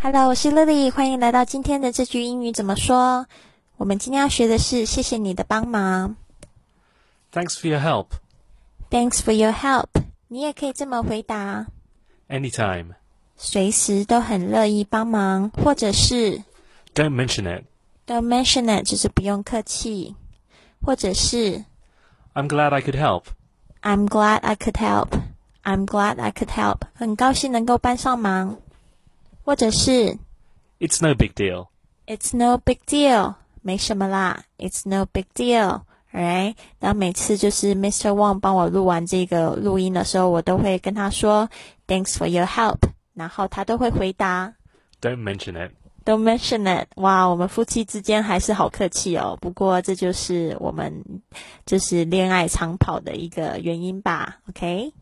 Hello，我是 Lily，欢迎来到今天的这句英语怎么说。我们今天要学的是谢谢你的帮忙 Thanks for your help. ，Thanks for your help。你也可以这么回答， Anytime. 随时都很乐意帮忙，或者是 Don't mention it. Don't mention it，就是不用客气，或者是 I'm glad I could help. I'm glad I could help。I'm glad I could help，很高兴能够帮上忙，或者是 It's no big deal. It's no big deal，没什么啦。It's no big deal，right？然后每次就是 Mr. Wang 帮我录完这个录音的时候，我都会跟他说 Thanks for your help，然后他都会回答 Don't mention it. Don't mention it。哇，我们夫妻之间还是好客气哦。不过这就是我们就是恋爱长跑的一个原因吧。OK，